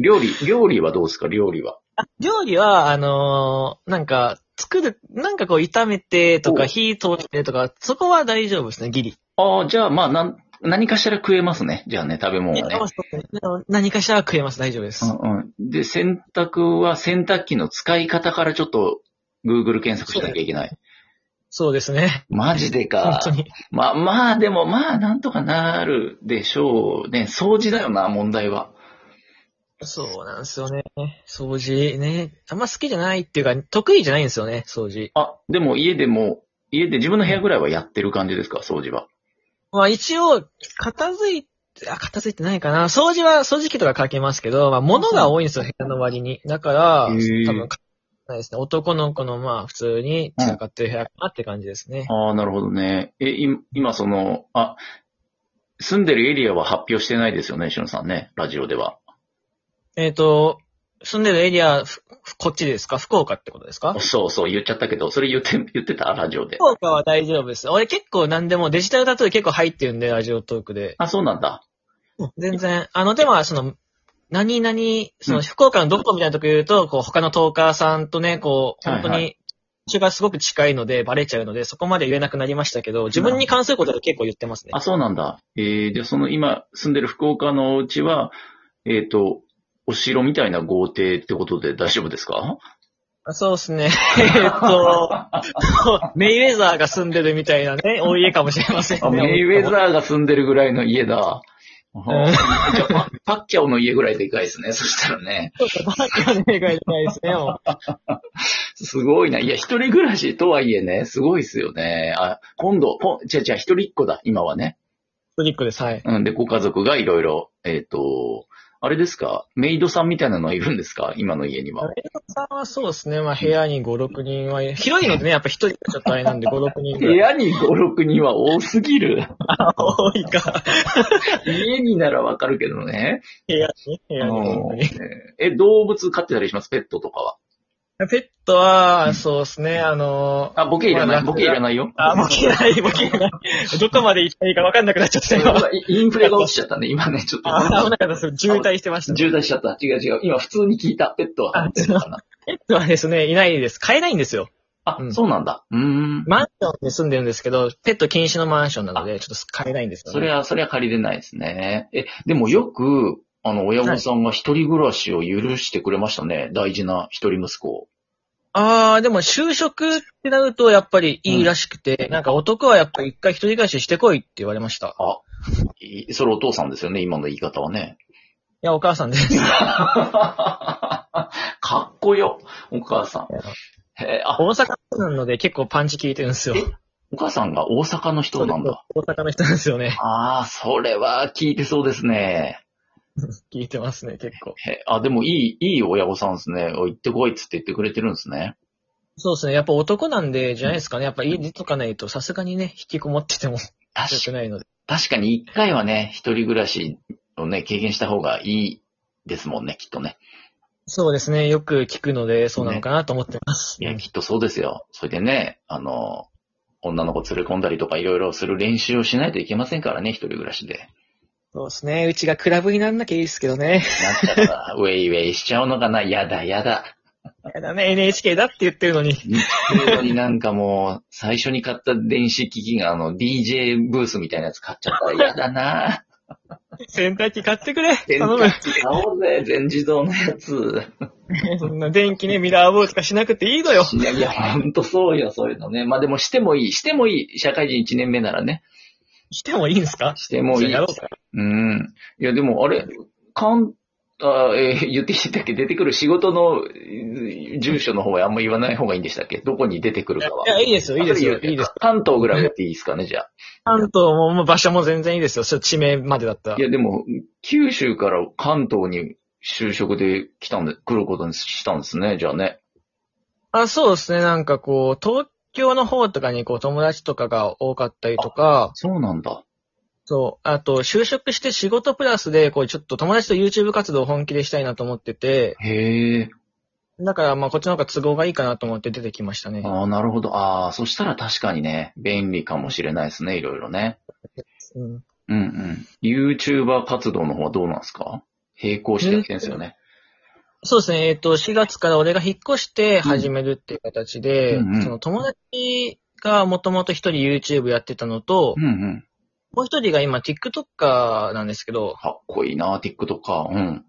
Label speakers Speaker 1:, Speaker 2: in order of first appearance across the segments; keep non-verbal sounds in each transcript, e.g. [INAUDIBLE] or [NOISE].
Speaker 1: 料理、料理はどうですか料理は。
Speaker 2: 料理は、あのーなんか、作る、なんかこう、炒めてと
Speaker 1: お
Speaker 2: か、火通してとか、そこは大丈夫ですね、ギリ。
Speaker 1: ああ、じゃあ、まあ、なん、何かしら食えますね。じゃあね、食べ物はね
Speaker 2: あ。そうですね何かしらは食えます、大丈夫です。
Speaker 1: うんうん。で、洗濯は洗濯機の使い方からちょっと Google 検索しなきゃいけない。
Speaker 2: そうですね。
Speaker 1: マジで
Speaker 2: 本
Speaker 1: か
Speaker 2: 当。に。
Speaker 1: まあまあ、でもまあ、なんとかなるでしょうね。掃除だよな、問題は。
Speaker 2: そうなんですよね。掃除ね。あんま好きじゃないっていうか、得意じゃないんですよね、掃除。
Speaker 1: あ、でも家でも、家で自分の部屋ぐらいはやってる感じですか、掃除は。
Speaker 2: まあ一応、片付いて、あ、片付いてないかな。掃除は、掃除機とかかけますけど、まあ物が多いんですよ、部屋の割に。だから、多
Speaker 1: へー
Speaker 2: 分、ないですね。男の子の、まあ普通に散らかってる部屋かなって感じですね。
Speaker 1: ああ、なるほどね。え、い今その、あ、住んでるエリアは発表してないですよね、しのさんね、ラジオでは。
Speaker 2: えっ、と、住んでるエリア、ふこっちですか福岡ってことですか
Speaker 1: そうそう、言っちゃったけど、それ言って、 [LAUGHS] 言ってたラジオで。
Speaker 2: 福岡は大丈夫です。俺結構何でもデジタルタトゥー結構入ってるんで、ラジオトークで。
Speaker 1: あ、そうなんだ。
Speaker 2: 全然。あの、でも、その、何々、その、福岡のどこみたいなとこ言うと、こう、他のトーカーさんとね、こう、
Speaker 1: はいは
Speaker 2: 本
Speaker 1: い
Speaker 2: 当に、中がすごく近いので、バレちゃうので、そこまで言えなくなりましたけど、自分に関することは結構言ってますね
Speaker 1: あ、。そうなんだ。えー、じゃあその今住んでる福岡のお家は、えっ、と、お城みたいな豪邸ってことで大丈夫ですか
Speaker 2: あそうですね。 [LAUGHS] えっ
Speaker 1: [LAUGHS]
Speaker 2: と、メイウェザーが住んでるみたいなね、お家かもしれません
Speaker 1: あ
Speaker 2: ね。
Speaker 1: メイウェザーが住んでるぐらいの家だ。
Speaker 2: ん
Speaker 1: じゃあパパッキャオの家ぐらいでかいですね。そしたらね。
Speaker 2: ちょっとバカの絵がいないですね、もう
Speaker 1: すごいな。いや、一人暮らしとはいえね、すごいですよね。あ、今度、こじゃあじゃあ一人っ子だ、今はね。
Speaker 2: トリックです、はい。
Speaker 1: うん、で、ご家族がいろいろ、えっ、と、あれですかメイドさんみたいなのはいるんですか今の家には。
Speaker 2: メイドさんはそうですね、まあ部屋に5、6人はいる。広いのでね、やっぱ一人がちょっとあれ [LAUGHS] なんで5、6人
Speaker 1: 部
Speaker 2: ぐらい。
Speaker 1: 屋に5、6人は多すぎる。
Speaker 2: 多いか。
Speaker 1: 家にならわかるけどね。
Speaker 2: 部屋に、部屋に、本当に。
Speaker 1: え、動物飼ってたりしますペットとかは。
Speaker 2: ペットは、そうですね、あの、
Speaker 1: あ、ボケいらな
Speaker 2: まあ
Speaker 1: い。
Speaker 2: 楽だ
Speaker 1: ボケいらないよ。
Speaker 2: あ、ボケない、ボケ [LAUGHS] ない。どこまで行ったらいいか分かんなくなっちゃった今。
Speaker 1: い [LAUGHS] インフレが落ちちゃったね。今ね、ちょっ
Speaker 2: あ危な
Speaker 1: と。
Speaker 2: かったです。渋滞してました。
Speaker 1: 渋滞しちゃった。違う違う。今普通に聞いた。ペットは飼ってるのかな。
Speaker 2: ペットはですね、いないです。買えないんですよ。
Speaker 1: あ
Speaker 2: う、ん
Speaker 1: そうなんだ。うーん。
Speaker 2: マンションに住んでるんですけど、ペット禁止のマンションなので、ちょっと買えないんですよ、ね。
Speaker 1: それは、それは借りれないですね。え、でもよく、あの、親御さんが一人暮らしを許してくれましたね。大事な一人息子を。
Speaker 2: ああ、でも就職ってなるとやっぱりいいらしくて、なんか男はやっぱ一回一人暮らししてこいって言われました。
Speaker 1: あ、いそれお父さんですよね。今の言い方はね。
Speaker 2: いや、お母さんです。
Speaker 1: [LAUGHS] かっこよ、お母さん。へえあ、
Speaker 2: 大阪なので結構パンチ効いてるんですよ。
Speaker 1: お母さんが大阪の人なんだ。
Speaker 2: 大阪の人なんですよね。
Speaker 1: ああ、それは聞いてそうですね。
Speaker 2: 聞いてますね、結構。
Speaker 1: へあ、でもいい、いい親御さんですね。お行ってこいっつって言ってくれてるんですね。
Speaker 2: そうですね。やっぱ男なんでじゃないですかね。やっぱ家出とかないとさすがにね、引きこもってても
Speaker 1: 確
Speaker 2: 強くないので。
Speaker 1: 確かに一回はね、一人暮らしをね、経験した方がいいですもんね、きっとね。
Speaker 2: そうですね。よく聞くので、そうなのかなと思ってます。
Speaker 1: いや、
Speaker 2: うん
Speaker 1: きっとそうですよ。それでね、あの、女の子連れ込んだりとかいろいろする練習をしないといけませんからね、一人暮らしで。
Speaker 2: そうですね。うちがクラブになんなきゃいいですけどね。 [LAUGHS]
Speaker 1: なんかさ、ウェイウェイしちゃうのかなやだやだ。
Speaker 2: やだね、NHK だって言ってるのに。
Speaker 1: なのになんかもう、最初に買った電子機器があの、DJ ブースみたいなやつ買っちゃったら
Speaker 2: [LAUGHS]
Speaker 1: 嫌だな
Speaker 2: 洗濯機買ってくれ
Speaker 1: 電
Speaker 2: 頼む
Speaker 1: 卓機買おうぜ、全自動のやつ。
Speaker 2: [LAUGHS] そんな電気ね、ミラーボールとかしなくていいのよ。
Speaker 1: いやい
Speaker 2: [LAUGHS]
Speaker 1: や、ほんとそうよ、そういうのね。まあでもしてもいい、してもいい。社会人1年目ならね。
Speaker 2: してもいいんですか
Speaker 1: してもいい。
Speaker 2: やろう
Speaker 1: う
Speaker 2: か。
Speaker 1: ん。いやでも、あれ、かん、あえー言っていいんだっけ出てくる仕事のえー住所の方はあんま言わない方がいいんでしたっけどこに出てくるかは。
Speaker 2: いや、いいですよ、いいですよ、
Speaker 1: 後言う
Speaker 2: いいです。
Speaker 1: 関東ぐらいやっていいですかね、じゃあ。
Speaker 2: 関東も、もう場所も全然いいですよ。ちょっと地名までだったら。
Speaker 1: いや、でも、九州から関東に就職で来たんで、来ることにしたんですね、じゃあね。
Speaker 2: あ、そうですね、なんかこう、東京の方とかにこう、友達とかが多かったりとか、
Speaker 1: そうなんだ。
Speaker 2: そう、あと、就職して仕事プラスで、こう、ちょっと友達と YouTube 活動を本気でしたいなと思ってて、
Speaker 1: へえ。
Speaker 2: だから、まあ、こっちの方が都合がいいかなと思って出てきましたね。
Speaker 1: ああ、なるほど。ああ、そしたら確かにね、便利かもしれないですね、いろいろね。
Speaker 2: うん
Speaker 1: うんうん。YouTuber 活動の方はどうなんですか並行してやってんすよね。
Speaker 2: そうですね。えっ、と、4月から俺が引っ越して始めるっていう形で、
Speaker 1: うんうんうん
Speaker 2: その友達がもともと一人 YouTube やってたのと、
Speaker 1: うんうん。
Speaker 2: もう一人が今 TikToker なんですけど、
Speaker 1: かっこいいな、TikTok。うん。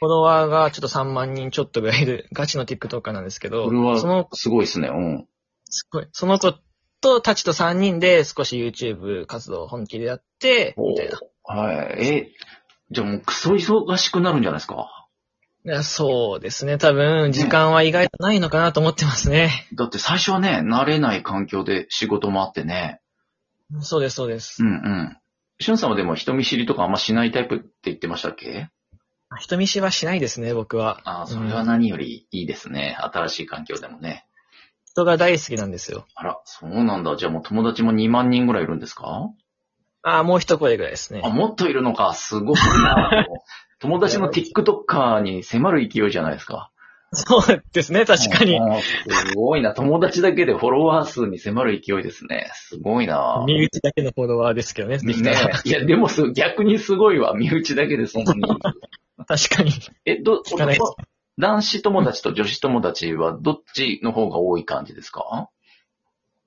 Speaker 2: フォロワーがちょっと3万人ちょっとぐらいいる [LAUGHS] ガチの TikToker なんですけど、
Speaker 1: これは
Speaker 2: その、
Speaker 1: すごいっすね。うん。
Speaker 2: すごいその子とたちと3人で少し YouTube 活動を本気でやって、みたいな。
Speaker 1: はい。え、じゃあもうクソ忙しくなるんじゃないですか。
Speaker 2: いやそうですね。多分、時間は意外とないのかなと思ってますね。
Speaker 1: だって最初はね、慣れない環境で仕事もあってね。
Speaker 2: そうです、そうです
Speaker 1: うん。うん。しゅんさんはでも人見知りとかあんましないタイプって言ってましたっけ
Speaker 2: 人見知りはしないですね、僕は。
Speaker 1: ああ、それは
Speaker 2: うん
Speaker 1: 何よりいいですね。新しい環境でもね。
Speaker 2: 人が大好きなんですよ。
Speaker 1: あら、そうなんだ。じゃあもう友達も2万人ぐらいいるんですか
Speaker 2: ああ、もう一声ぐらいですね
Speaker 1: あ、。もっといるのか。すごいな。
Speaker 2: [LAUGHS]
Speaker 1: もう友達の TikToker に迫る勢いじゃないですか。
Speaker 2: そうですね、確かに
Speaker 1: う。ん。すごいな。友達だけでフォロワー数に迫る勢いですね。すごいな。
Speaker 2: 身内だけのフォロワーですけどね、できた
Speaker 1: ね
Speaker 2: ら。
Speaker 1: いや、でもす、逆にすごいわ。身内だけでそんなに。
Speaker 2: [LAUGHS] 確かに。
Speaker 1: え、ど、
Speaker 2: 聞かないです
Speaker 1: 男子友達と女子友達はどっちの方が多い感じですか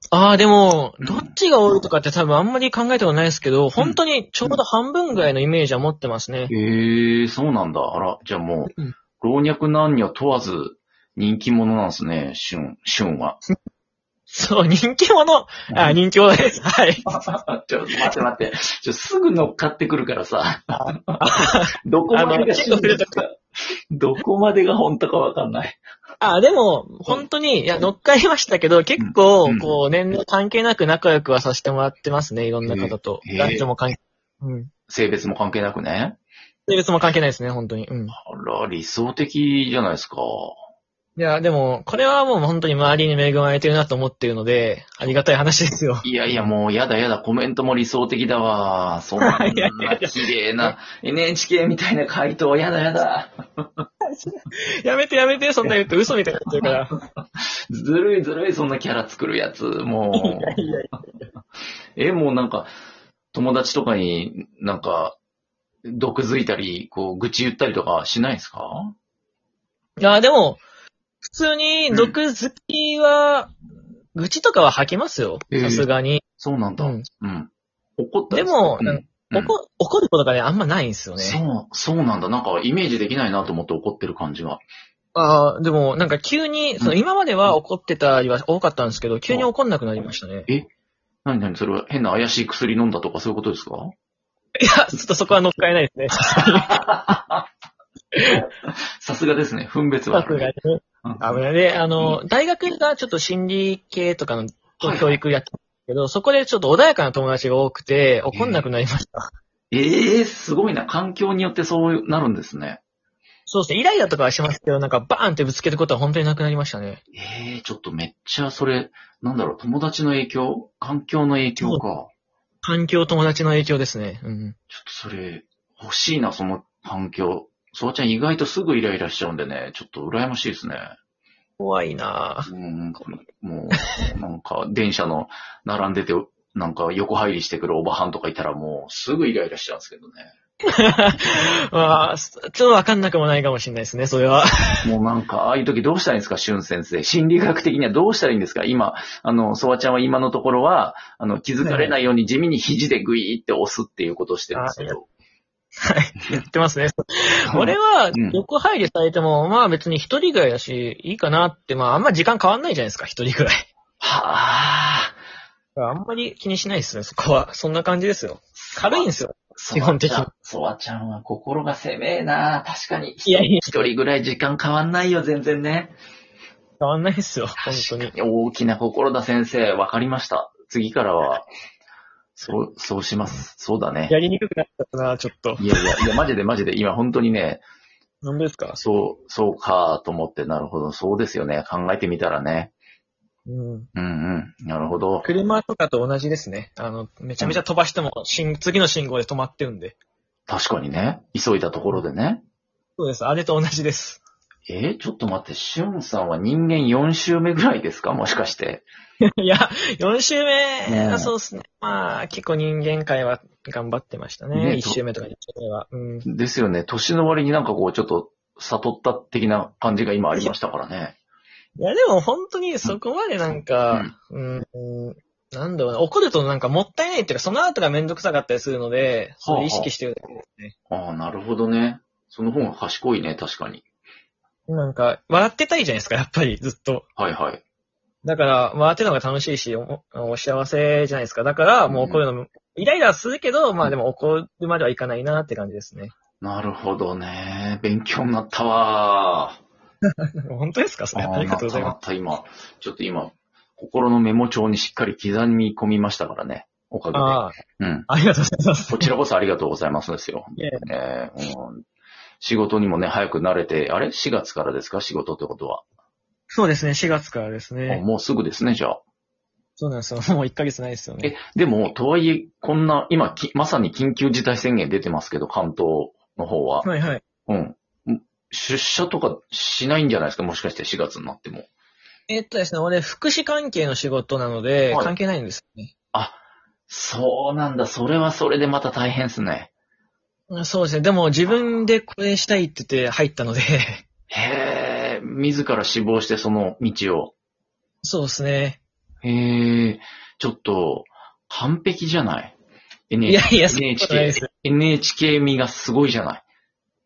Speaker 2: ああ、でも、どっちが多いとかって多分あんまり考えたことないですけど、本当にちょうど半分ぐらいのイメージは持ってますね。
Speaker 1: へえ、そうなんだ。あら、じゃあもう
Speaker 2: うん、
Speaker 1: 老若男女問わず人気者なんですね、シュン、シュンは。
Speaker 2: そう、人気者。あ
Speaker 1: [LAUGHS]
Speaker 2: ー人気者です。はい。
Speaker 1: あちょ、待って待って。ちょ、すぐ乗っかってくるからさ。 [LAUGHS] どこまでがシュンですか [LAUGHS] どこまでが本当かわかんない。
Speaker 2: ああ、でも、本当に、いや、乗っかりましたけど、結構、こう、年齢関係なく仲良くはさせてもらってますね、いろんな方と
Speaker 1: えー。
Speaker 2: 男女も関係、うん。
Speaker 1: 性別も関係なくね。
Speaker 2: 性別も関係ないですね、本当に。うん。
Speaker 1: あら、理想的じゃないですか。
Speaker 2: いや、でも、これはもう本当に周りに恵まれてるなと思ってるので、ありがたい話ですよ。 [LAUGHS]
Speaker 1: いやいや、もう、やだやだ、コメントも理想的だわ。そんな
Speaker 2: [LAUGHS] いやいやいや
Speaker 1: 綺麗な NHK みたいな回答、やだやだ。
Speaker 2: やめてやめて、そんな言うと嘘みたいになってるから。
Speaker 1: ずるいずるい、そんなキャラ作るやつ。もう。
Speaker 2: いやい
Speaker 1: え、もうなんか、友達とかになんか、毒づいたり、こう、愚痴言ったりとかしないですか
Speaker 2: や、でも、普通に毒好きは、愚痴とかは吐きますよ。
Speaker 1: えー
Speaker 2: さすがに。
Speaker 1: そうなんだ。
Speaker 2: う
Speaker 1: うんん。怒ったり
Speaker 2: でも
Speaker 1: うんうん
Speaker 2: 怒怒ることがね、あんまないんですよね。
Speaker 1: そう、そうなんだ。なんか、イメージできないなと思って怒ってる感じが。
Speaker 2: ああ、でも、なんか急に、その
Speaker 1: うん
Speaker 2: 今までは怒ってたりは多かったんですけど、急に怒んなくなりましたね。 [LAUGHS]
Speaker 1: なになにそれは変な怪しい薬飲んだとかそういうことですか
Speaker 2: いや、ちょっとそこは乗っかえないですね。
Speaker 1: さすがですね。分別はあ
Speaker 2: さす
Speaker 1: る
Speaker 2: が
Speaker 1: ね。
Speaker 2: に。危ない。で、あの、大学がちょっと心理系とかの教育やってたんですけど、そこでちょっと穏やかな友達が多くて、怒んなくなりました。
Speaker 1: ええすごいな。環境によってそうなるんですね。
Speaker 2: そうですね。イライラとかはしますけど、なんかバーンってぶつけることは本当になくなりましたね。
Speaker 1: ええちょっとめっちゃそれ、なんだろう、友達の影響環境の影響か。
Speaker 2: 環境友達の影響ですね。うん。
Speaker 1: ちょっとそれ、欲しいな、その環境。そわちゃん意外とすぐイライラしちゃうんでね、ちょっと羨ましいですね。
Speaker 2: 怖いなぁ。 [LAUGHS]
Speaker 1: うん、これもう、 [LAUGHS] なんか、電車の並んでて、なんか横入りしてくるおばはんとかいたらもうすぐイライラしちゃうんですけどね。
Speaker 2: まあ、ちょっとわかんなくもないかもしれないですね、それは。
Speaker 1: もうなんか、ああいう時どうしたらいいんですか、俊先生。心理学的にはどうしたらいいんですか今、あの、ソワちゃんは今のところは、あの、気づかれないように地味に肘でグイーって押すっていうことをしてるんですけど。
Speaker 2: やってますね。俺は
Speaker 1: うん、
Speaker 2: 横入りされても、まあ別に一人ぐらいだし、いいかなって、まああんま時間変わんないじゃないですか、一人ぐらい。
Speaker 1: はあ、
Speaker 2: あんまり気にしないですね、そこは。そんな感じですよ。軽いんですよ。
Speaker 1: ソワちゃん。ソワちゃんは心が狭えな確かに。
Speaker 2: いやいや、
Speaker 1: 一人ぐらい時間変わんないよ、全然ね。
Speaker 2: 変わんないですよ、本当に。
Speaker 1: 確かに大きな心だ、先生。わかりました。次からは、そう、そうします。そうだね。
Speaker 2: やりにくくなっちゃったな、ちょっと。
Speaker 1: いやいや、いや、マジでマジで、今本当にね、
Speaker 2: 何ですか
Speaker 1: そう、そうか、と思って、なるほど、そうですよね。考えてみたらね。
Speaker 2: うん。
Speaker 1: うんうん、なるほど。
Speaker 2: 車とかと同じですね。あの、めちゃめちゃ飛ばしても、信次の信号で止まってるんで。
Speaker 1: 確かにね、急いだところでね。
Speaker 2: そうです、あれと同じです。 [LAUGHS]
Speaker 1: えーちょっと待って、しゅんさんは人間4週目ぐらいですかもしかして。
Speaker 2: いや、4週目、
Speaker 1: ねえ
Speaker 2: そうですね。まあ、結構人間界は頑張ってました
Speaker 1: ね
Speaker 2: ね。
Speaker 1: え
Speaker 2: 一1週目とか2週目は。うん。
Speaker 1: ですよね。年の割になんかこう、ちょっと悟った的な感じが今ありましたからね。
Speaker 2: いや、でも本当にそこまでなんか、うん、うんなんだろうな、怒るとなんかもったいないっていうか、その後がめんどくさかったりするので、それ意識してるだけですね。
Speaker 1: ああ、なるほどね。その方が賢いね、確かに。
Speaker 2: なんか、笑ってたいじゃないですか、やっぱり、ずっと。
Speaker 1: はいはい。
Speaker 2: だから、笑ってたのが楽しいし、おお幸せじゃないですか。だから、もう怒るのも、イライラはするけど、まあでも怒るまではいかないなって感じですね。
Speaker 1: なるほどね。勉強になったわー。
Speaker 2: [LAUGHS] 本当ですかそれ。
Speaker 1: あー
Speaker 2: ありがとうござい
Speaker 1: な
Speaker 2: ま
Speaker 1: ったなった今。ちょっと今、心のメモ帳にしっかり刻み込みましたからね。おか
Speaker 2: す。ああ、
Speaker 1: げで。うん。
Speaker 2: ありがとうございます
Speaker 1: こ。ちらこそありがとうございますですよ。
Speaker 2: いえ
Speaker 1: えーうん仕事にもね、早く慣れて、あれ ?4 月からですか仕事ってことは、
Speaker 2: そうですね、4月からです
Speaker 1: あ
Speaker 2: ね。
Speaker 1: もうすぐですね、じゃあ。
Speaker 2: そうなんですよ。 [LAUGHS] もう1ヶ月ないですよね。
Speaker 1: え、でも、とはいえ、こんな、今き、まさに緊急事態宣言出てますけど、関東の方は。
Speaker 2: はいはい。
Speaker 1: うん。出社とかしないんじゃないですかもしかして4月になっても。
Speaker 2: えっとですね、俺、福祉関係の仕事なので、
Speaker 1: はい
Speaker 2: 関係ないんですよね。
Speaker 1: そうなんだ。それはそれでまた大変っすね。
Speaker 2: うんそうですね。でも、自分でこれしたいって言って入ったので、 [LAUGHS]
Speaker 1: へえ、自ら死亡してその道を。
Speaker 2: そうですね。
Speaker 1: へえ、ちょっと、完璧じゃない
Speaker 2: いや
Speaker 1: ?NHK
Speaker 2: いや、そんなことないです。
Speaker 1: NHK 味がすごいじゃない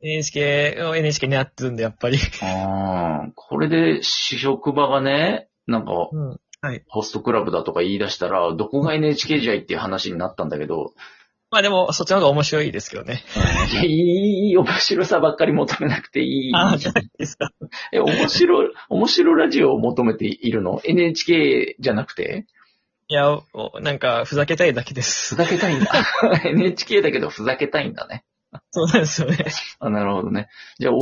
Speaker 2: NHK を NHK にやってるんで、やっぱり。
Speaker 1: あーこれで職場がね、なんか、
Speaker 2: うん。
Speaker 1: ホストクラブだとか言い出したら、どこが NHK じゃいっていう話になったんだけど、
Speaker 2: まあでも、そっちの方が面白いですけどね。
Speaker 1: いやいい、いい、面白さばっかり求めなくていい。
Speaker 2: ああ、じゃないですか。
Speaker 1: え、面白い、面白ラジオを求めているの ?NHK じゃなくて
Speaker 2: いや、おおなんか、ふざけたいだけです
Speaker 1: ふ。ざけた [LAUGHS] いんだ。NHK だけどふざけたいんだね。
Speaker 2: そうなんですよね。
Speaker 1: あなるほどね。じゃあ、